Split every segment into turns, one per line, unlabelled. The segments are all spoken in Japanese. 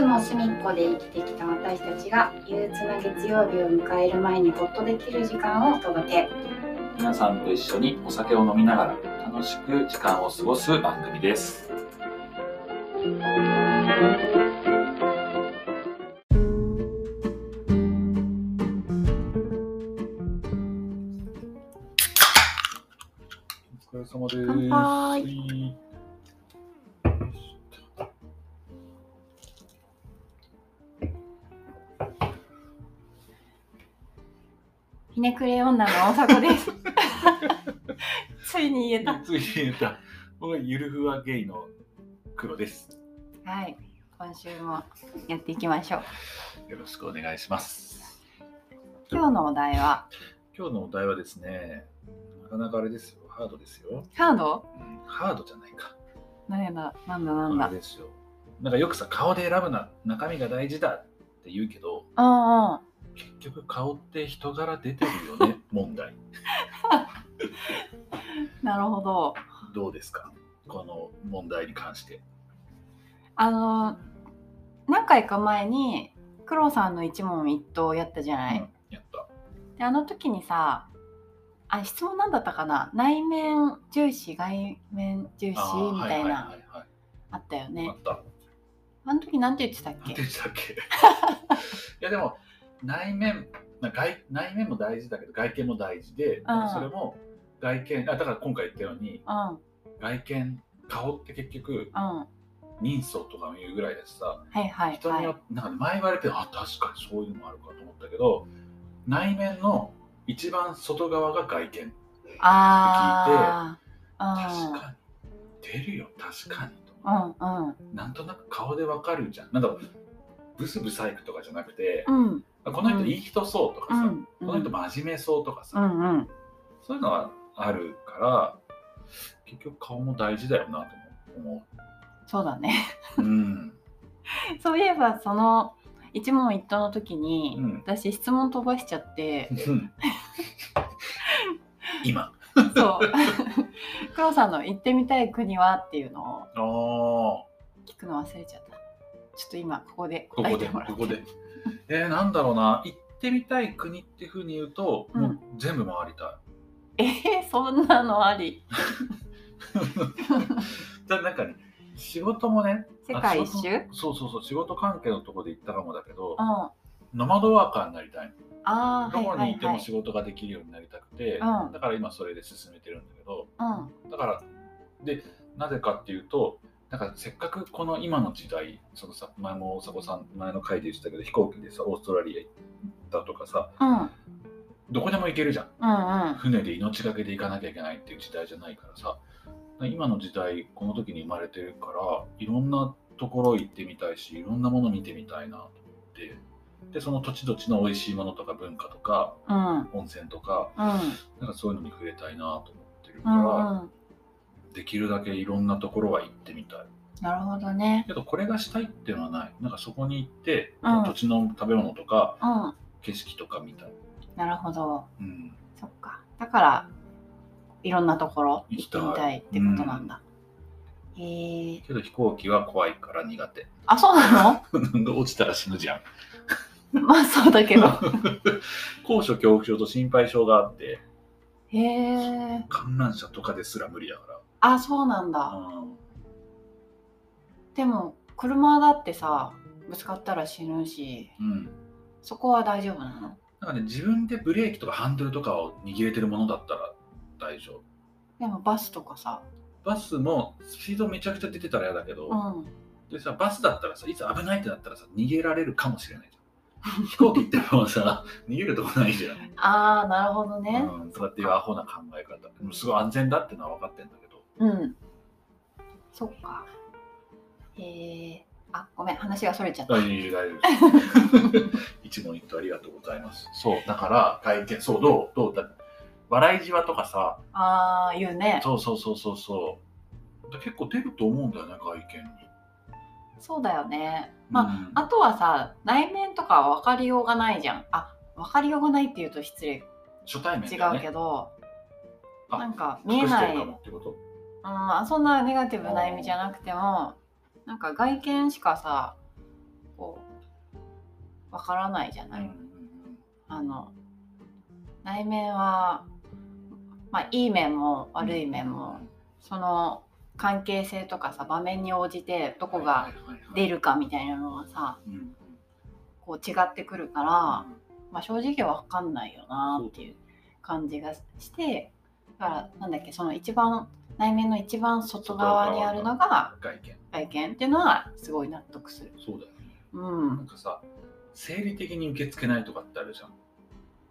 の隅っこで生きてきた私たちが憂鬱な月曜日を迎える前にほっとできる時間をお届け
皆さんと一緒にお酒を飲みながら楽しく時間を過ごす番組です。 お疲れ様です。
乾杯
はい
ひねくれ女の大迫です ついに言えた
ついに言った。僕はゆるふわゲイの黒です。
はい今週もやっていきましょう
よろしくお願いします。
今日のお題は
今日のお題はですね、なかなかあれですよ、ハードですよ。
ハード
うん、ハードじゃないか。
なんだなんだなん
あ
だ
れですよ。なんかよくさ、顔で選ぶな、中身が大事だって言うけど、
うんうん
結局顔って人柄出て るよね、問題。
なるほど
どうですかこの問題に関して。
あの何回か前にクロさんの一問一答やったじゃない、
うん、やった。
であの時にさあ質問なんだったかな内面重視外面重視
あー
みたいな、
はいはいはい
あったよ
はい、あ
ね
った。
あの時なんて言ってたっ
なん
け
て言ってたっけ いやでも内面な外内面も大事だけど外見も大事で、
うん
それも外見あだから今回言ったように
うんうん
外見顔って結局
は
人相とかも言うぐらいだしさ
いはい
人
は
によ
い
って、なんか前言われてあ確かにそういうのもあるかと思ったけど内面の一番外側が外見
あ
確
あ
かに出るよ確かにと
うんうん
なんとなく顔でわかるじゃんなんだろうブスブサイクとかじゃなくて、
うん
この人いい人そうとか
う
さ、
んう
この人
ん
真面目そうとか
う
さ、
んうん
そういうのはあるから結局顔も大事だよなと思
そうだね
う。うん、
そういえばその一問一答の時に、
うん
私質問飛ばしちゃって
今
そう。 クロさんの行ってみたい国はっていうのを
あーこ
聞くの忘れちゃった。ちょっと今ここで答え
こ
て
で
もらって。
ここで。えー、なんだろうな行ってみたい国っていうふうに言うと、
うん
もう全部回りた
えーそんなのあり。
い。じゃあなんかね仕事もね
世界一
あ
周？う
仕
ん。
事そうそうそう仕事関係のところで行ったかもだけど、
あ
ノマドワーカーになりたい
あー
どこ
はい
にい
はい
て
は
も
い。
仕事ができるようになりたくて、
うん
だから今それで進めてるんだけど、
うん
だからでなぜかっていうとなんかせっかくこの今の時代そのさ前も大迫さん前の回で言ってたけど飛行機でさオーストラリア行ったとかさ
うんうん
どこでも行けるじゃん
うん
船で命がけで行かなきゃいけないっていう時代じゃないからさ今の時代この時に生まれてるからいろんなところ行ってみたいしいろんなもの見てみたいなと思ってでその土地土地の美味しいものとか文化とか
うん
温泉とか
うん
なんかそういうのに触れたいなと思ってるか
う
ら、
んうん。
できるだけいろんなところは行ってみたい。
なるほどね。
けどこれがしたいっていうのはないなんかそこに行って、
うん
土地の食べ物とか
うん。
景色とか見たい、
なるほど。
うん、
そっか。だからいろんなところ行
行
っ
き
て
たい
みたいってことなんだ。えー、
けど飛行機は怖いから苦手
あそうな
落ちたら死ぬじゃん
の？ まあそうだけど。
高所恐怖症と心配症があって
へえー。
観覧車とかですら無理だか
あそうなんだ。
ら、うん
でも車だってさぶつかったら死ぬし
うん、
そこは大丈夫なの
なんかね自分でブレーキとかハンドルとかを握れてるものだったら大丈夫
でもバスとかさ
バスもスピードめちゃくちゃ出てたら嫌だけど、
うん
でさバスだったらさいつ危ないってなったらさ逃げられるかもしれないじゃん飛行機ってもうさ逃げるとこないじゃん
ああなるほどね
うん、そうやっていうアホな考え方でもすごい安全だってのは分かってんだけど
うん、そっかへえあごめん話がそれちゃった
大丈夫大 丈夫一問一答ありがとうございますそうだから外見そうどうどうだ笑いじわとかさ
ああ言うね
そうそうそうそうそう結構出ると思うんだよね外見に
そうだよねま
うん
ああとはさ内面とかは分かりようがないじゃんあ分かりようがないっていうと失礼
初対面
違
だよね
うけど、
あ
なんか見え
隠して
ない
るかもってこと
うん、まあそんなネガティブな意味じゃなくてもなんか外見しかさここうわからないじゃ
う
ない、
ん
あの内面は、まあ、いい面も悪い面も、その関係性とかさ場面に応じてどこが出
る、
るかみたいなのはさ
うん
こう違ってくるから、まあ、正直わかんないよなっていう感じがしてだからなんだっけその一番内面の一番外側にあるのが
外見
外見っていうのはすごい納得する。
そうだよね
う
なん
ん、
かさ生理的に受け付けないとかってあるじゃん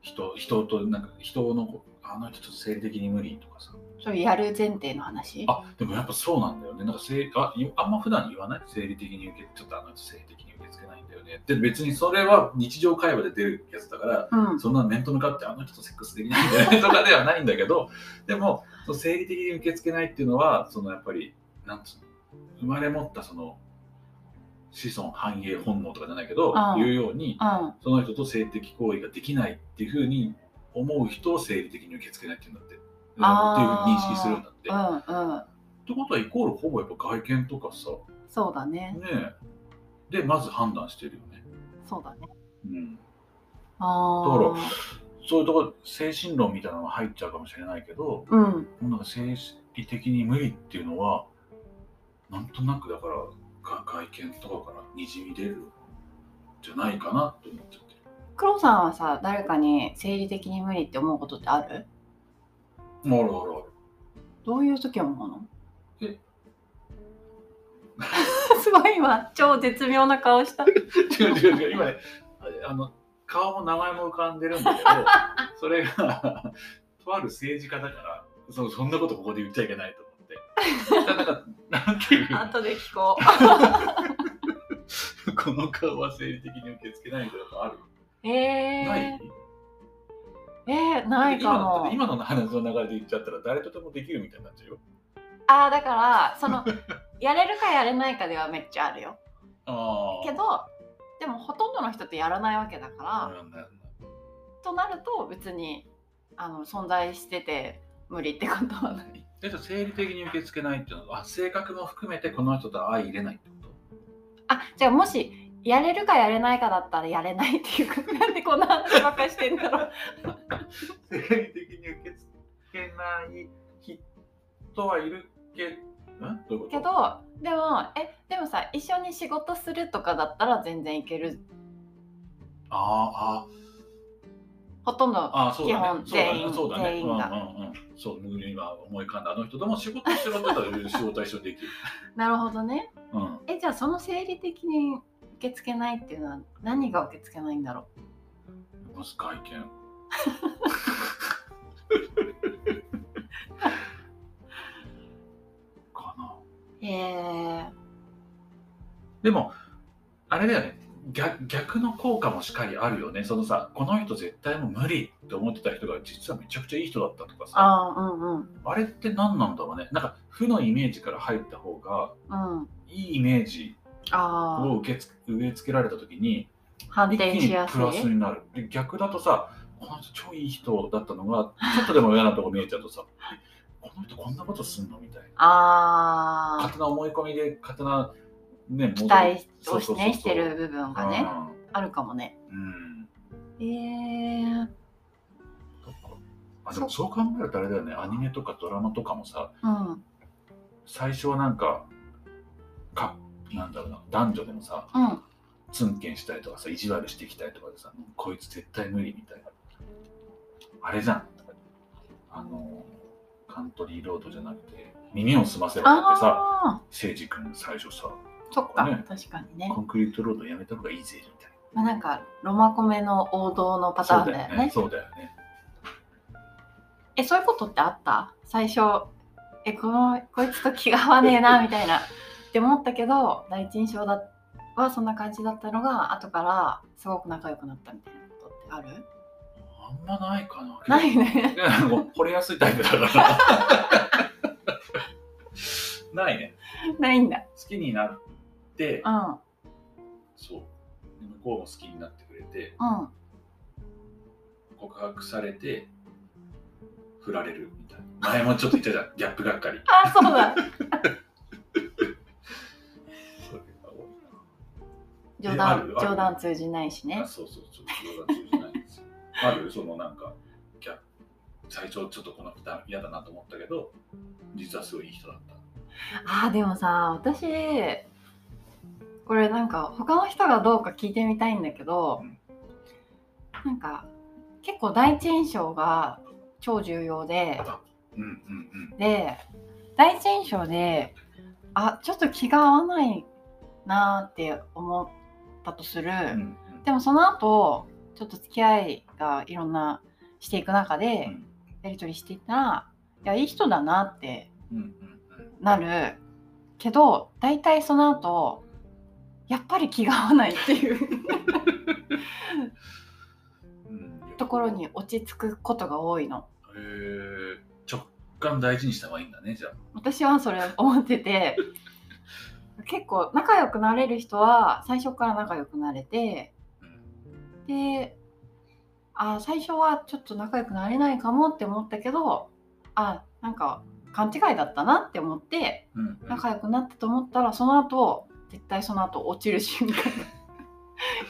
人人となんか人のあの人ちょっと生理的に無理とかさ
それやる前提の話
あでもやっぱそうなんだよねなんか生あいあんま普段言わない生理的に受けちょっとあの人生理的に受け付けないんだよねで別にそれは日常会話で出るやつだから
うん、
そんな面と向かってあの人とセックスできないんだよねとかではないんだけど、 でも、その生理的に受け付けないっていうのは、そのやっぱり、なんつうの、生まれ持ったその子孫繁栄本能とかじゃないけど、
うん
いうように、
うん
その人と性的行為ができないっていうふうに思う人を生理的に受け付けないっていうんだって、
あ
って
ー
いうふうに認識するんだって。
う
っ
んうん
てことは、イコールほぼやっぱ外見とかさ、
そうだね
ねえ、で、まず判断してるよね。
そうだね
うん
あ
だ
あ
そういうところ精神論みたいなのが入っちゃうかもしれないけど
うん
なんか精理的に無理っていうのはなんとなくだからが外見とかからにじみ出るんじゃないかなと思っちゃってる
黒さんはさ誰かに生理的に無理って思うことってある
あるあるある
どういう時思うの
え
すごい今超絶妙な顔 した
違う違う違う今ねあの顔も名前も浮かんでるんだ けどそれがとある政治家だからそそんなことここで言っちゃいけないと思ってだからなんていうの
後で聞こう
この顔は生理的に受け付けないみたいなことある、
え
ない
ー、えー、ないか
今のだ
も
って今の話の流れで言っちゃったら誰とでもできるみたいになっちゃうよ。
ああだから そのやれるかやれないかではめっちゃあるよ
あ
けどでもほとんどの人ってやらないわけだから、となると別にあの存在してて無理ってことはない
えっと生理的に受け付けないっていうのはあ性格も含めてこの人と相入れないってこ
あじゃあもしやれるかやれないかだったらやれないっていうなんでこんな話ばっかりしてんだろう
と生理的に受け付けない人はいるけんどういうこと
けどでもえでもさ一緒に仕事するとかだったら全然いける
あー
ほとんど
あーあーそうだね
基本
そうだね
全員
そ
全
うだね
員が
うんうんうんそう今思い浮かんだあの人とも仕事してもらったら仕事は一緒にできる、
なるほどね
うん、
えじゃあその生理的に受け付けないっていうのは何が受け付けないんだろ
まず外 見かな
うへえ
でもあれだよね逆逆の効果もしっかりあるよねそのさこの人絶対もう無理って思ってた人が実はめちゃくちゃいい人だったとかさあ
ああうんうん
れって何なんだろうねなんか負のイメージから入った方が
うん
いいイメージ
ああ
を受けつ植え付けられた時に
反
一気
転し
に
やす
プラス
い
になるで逆だとさこの人超いい人だったのがちょっとでも嫌なとこ見えちゃ うとさこの人こんなことすんのみたいな
ああ
勝手な思い込みで勝手なね
期待
そう
をし
そうそうそう
ねしてる部分がねあるかもね
うんうん
えー、
そっかあでもそう考えるとあれだよねアニメとかドラマとかもさ
うん
最初はなんかかなんだろうな男女でもさ
うん
ツンケンしたりとかさ意地悪してきたりとかでさこいつ絶対無理みたいなあれじゃんあのカントリーロードじゃなくて耳を澄ませばだってさ
あ
せいじ君最初さ
ーそっか、
ね
確かにね
コンクリートロードやめた方がいいぜみたい
ま
な
あ、なんかロマコメの王道のパターンだよね
そうだよね。
えそういうことってあった最初えこのこいつと気が合わねえなみたいなって思ったけど第一印象だはそんな感じだったのが後からすごく仲良くなったみたいなことってある
あんまないかな。。
ないい ね
惚れやすいタイプだ から。ないね。
ないんだ
好きになって、
うん
そう。で向こうも好きになってくれて、
うん
告白されて、振られるみたいな。前もちょっと言った じゃん。ギャップがっかり。
あそう だ
そういうのが多
じ冗
いなえある
談
ある
冗談通じないしね
あそうそうそう冗談通じないん ですよあるそのなんかいや最初ちょっとこの人嫌だなと思ったけど実はすごいいい人だった
あーでもさ私これなんか他の人がどうか聞いてみたいんだけど、
うん
なんか結構第一印象が超重要で
うんうんうん
で第一印象であちょっと気が合わないなーって思ったとする、
うんうん
でもその後ちょっと付き合いがいろんなしていく中で
うん
やり取りしていったらいやいい人だなって
うんうん
なるけど大体その後やっぱり気が合わないっていう
うんうん
ところに落ち着くことが多いの
へー直感大事にした方がいいんだねじゃあ
私はそれ思って て結構仲良くなれる人は最初から仲良くなれて
うん
であー最初はちょっと仲良くなれないかもって思ったけどあーなんか勘違いだったなって思って
うんうん
仲良くなったと思ったらその後絶対その後落ちる瞬間が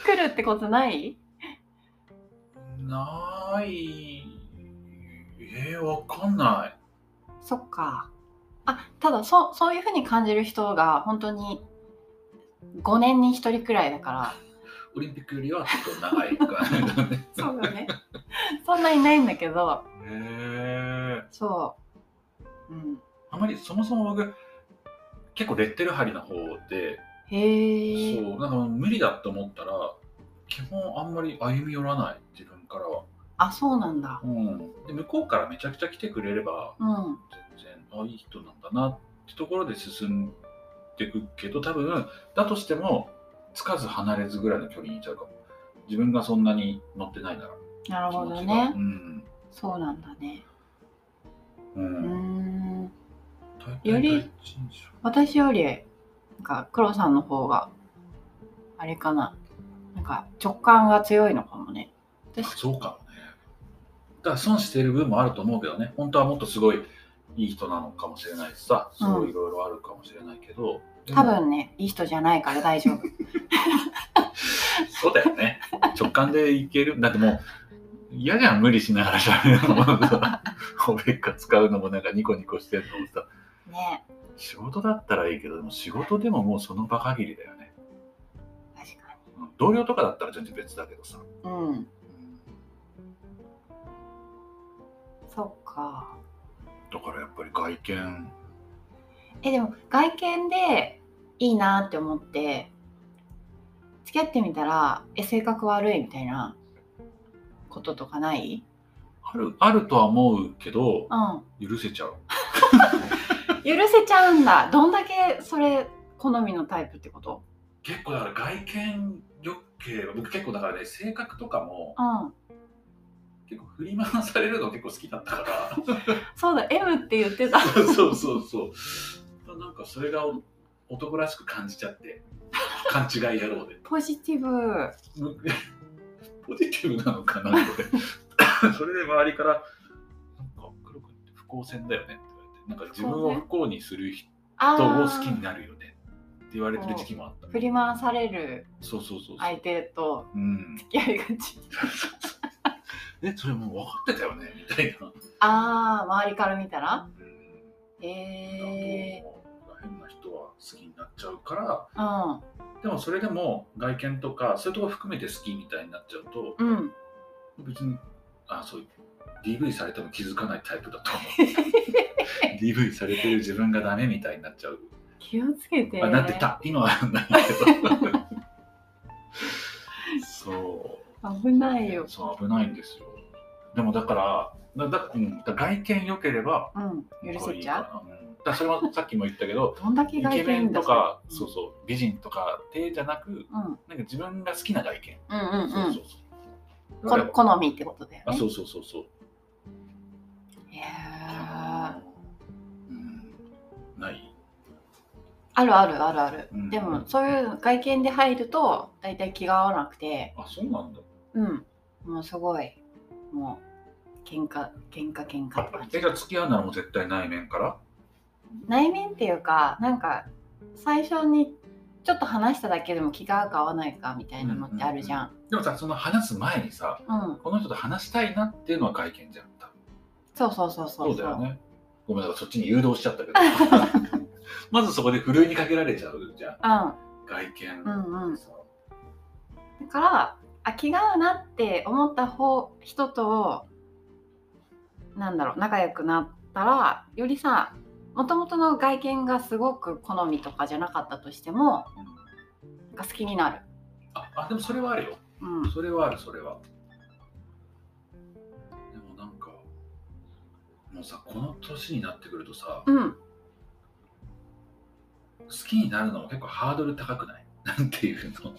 来るってことない
ないえー、わかんない
そっか。あただそそういうふうに感じる人が本当に5年に1人くらいだから
オリンピックよりはちょっと長い感じだね
そうだね そんなにないんだけど
へえ
そう、うん、
あまりそもそも僕結構レッテル張りな方で、
へえ
そうなんか無理だと思ったら基本あんまり歩み寄らない自分からは、
あそうなんだ
うん、で向こうからめちゃくちゃ来てくれれば
うん
全然あいい人なんだなってところで進んでくけど多分だとしてもつかず離れずぐらいの距離にいちゃうかも自分がそんなに乗ってないなら
なるほど
気持ちが
ね
うん、
そうなんだね
う
うーん
ん大体
より
第一印象
私よりなんか黒さんの方があれかななんか直感が強いのかもね
あそうかもねだから損してる部分もあると思うけどね本当はもっとすごいいい人なのかもしれないしさすごいいろいろあるかもしれないけど、でも
多分ねいい人じゃないから大丈 夫
そうだよね。直感でいける。だってもう、嫌じゃん、無理しながら喋るのもさ、おべっか使うのもなんかニコニコしてるのもさ、
ね
仕事だったらいいけど、でも仕事でももうその場限りだよね。
確か
うん同僚とかだったら全然別だけどさ。
にうん
うん
そうか。
だからやっぱり外見、
え、でも外見でいいなって思って、付き合ってみたら、え、性格悪いみたいなこととかない
ある、あるとは思うけど、
うん。
許せちゃう。
許せちゃうんだ。どんだけそれ、好みのタイプってこと
結構だから外見よければ、僕結構だからね、性格とかも
うん。
結構振り回されるの結構好きだったから。
そうだ、M って言ってた。
そうそうそう。なんかそれが男らしく感じちゃって、勘違い野郎で。
ポジティブ。
ポジティブなのかなって。それで周りから、なんか黒くって不幸線だよねって言われて、なんか自分を不幸にする人
あ
を好き
ー
になるよねって言われてる時期もあった。
振り回される
そうそうそうそう。
相手と
うん、
付き合いがち。
え、それもう分かってたよねみたいな。
ああ、周りから見たら
うん
え
変な人は好きになっちゃうから、
ー、
でもそれでも外見とかそういうとこ含めて好きみたいになっちゃうと、
うん。うん。
別にあそう DV されても気づかないタイプだと思 う DV されてる自分がダメみたいになっちゃう、
気をつけて。
あなってた今はない けどそ
危
う
ないよ。
そう危ないんですよでもだからだだ、うん、だ外見良ければ
うん、許せちゃう。
う、うん、だからそれはさっきも言ったけ ど
どんだけ
イ
外見
ケ
い
メ
いん
ン
だ
とか
そ
そ
れ
うそう美人とかでじゃなく
うん、うん
なんか自分が好きな外見、
うんうん
そううんそうそう
こ好みってことだよね。
あそうそうそうそう
いやー
うんない、
あるあるあるある。
うん
でもそういう外見で入ると大体気が合わなくて、
あそうなんだ
うん、もうすごいもう喧嘩喧嘩喧嘩って感
え
じ
じ。ゃあ付き合うならもう絶対内面から
内面っていうかなんか最初にちょっと話しただけでも気が合うか合わないかみたいなのってあるじゃん。
でもさその話す前にさ
うん、
この人と話したいなっていうのは外見じゃん多分
そうそうそうそう。
そうだよねごめんなさいそっちに誘導しちゃったけど まずそこでふるいにかけられちゃうじゃん外見、
うんうんうん。
さ
だからあ気が合うなって思った方人となんだろう仲良くなったらよりさもともとの外見がすごく好みとかじゃなかったとしても
うん
なんか好きになる。
ああでもそれはあるよ
うん、
それはあるそれはでもなんかもうさこの年になってくるとさ
うん、
好きになるのも結構ハードル高くない なんていうの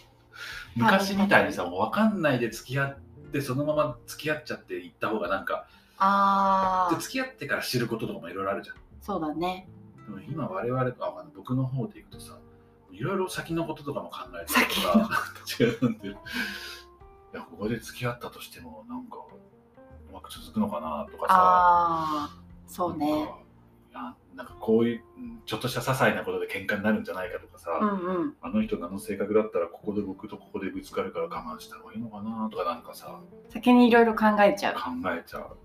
昔みたいにさもう分かんないで付き合ってそのまま付き合っちゃって行った方がなんか
あ
で
あ
付き合ってから知ることとかもいろいろあるじゃん
そうだね
でも今我々とか僕の方でいくとさいろいろ先のこととかも考えて
先
と
の
か違うんでいやここで付き合ったとしてもなんかうまく続くのかなとかさ
ああそうね
なんかいやなんかこういううんちょっとした些細なことで喧嘩になるんじゃないかとかさ、
うんうん
あの人のあの性格だったらここで僕とここでぶつかるから我慢した方がいいのかなとかなんかさ
先にいろいろ考えちゃう
考えちゃう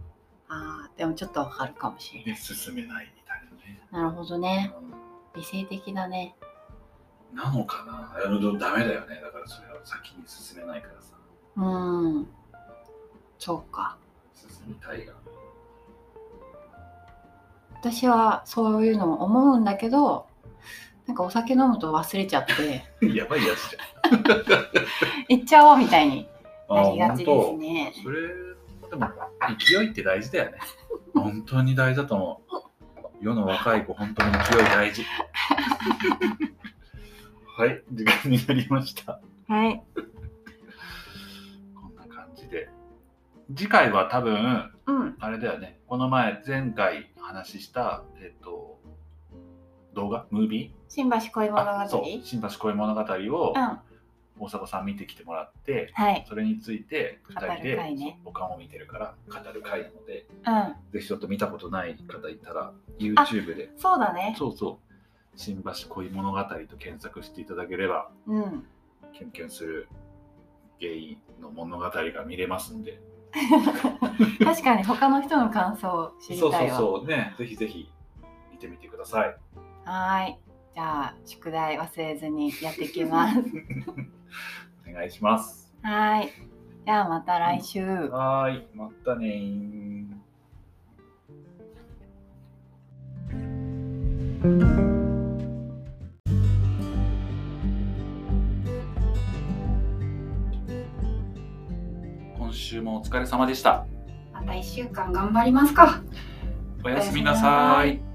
あーでもちょっとわかるかもしれ
で進めないみたい
ないなるほどね
なね、
理性的だね
うんなのかなあのダメだよねだからそれは先に進めないからさ
うんそうか
進みたいが
私はそういうのも思うんだけどなんかお酒飲むと忘れちゃって
やばいやつじ
行っちゃおうみたいに
ゃん。
なりがちですね
それ、でも、勢いって大事 だよね。本当に大事だと思う。世の若い子、本当に勢い大 事。はい、時間になりました。
はい
こんな感じで。次回は多分、
うん
あれだよね。この前、前回話した、えっと、動画ムービ
新橋恋
ー
物
あそ
語
う新橋恋物語を
うん
大迫さん見てきてもらって、
はい
それについて2人
語る回
で
ね
ボカンを見てるから語る回なので、
うん
ぜひちょっと見たことない方いたら YouTube で
そうだね
そうそう「新橋恋物語」と検索していただければ
うん
キュンキュンするゲイの物語が見れますんで
確かに他の人の感想を知り
そう
た
そう
いわ
そうねぜひぜひ見てみてください
はーいじゃあ宿題忘れずにやってき ます
お願いします
はーいじゃあまた来週、
はーいまたねー今週もお疲れ様でした。
また1週間頑張りますか
おやすみなさ
おやすみなさ
い
い。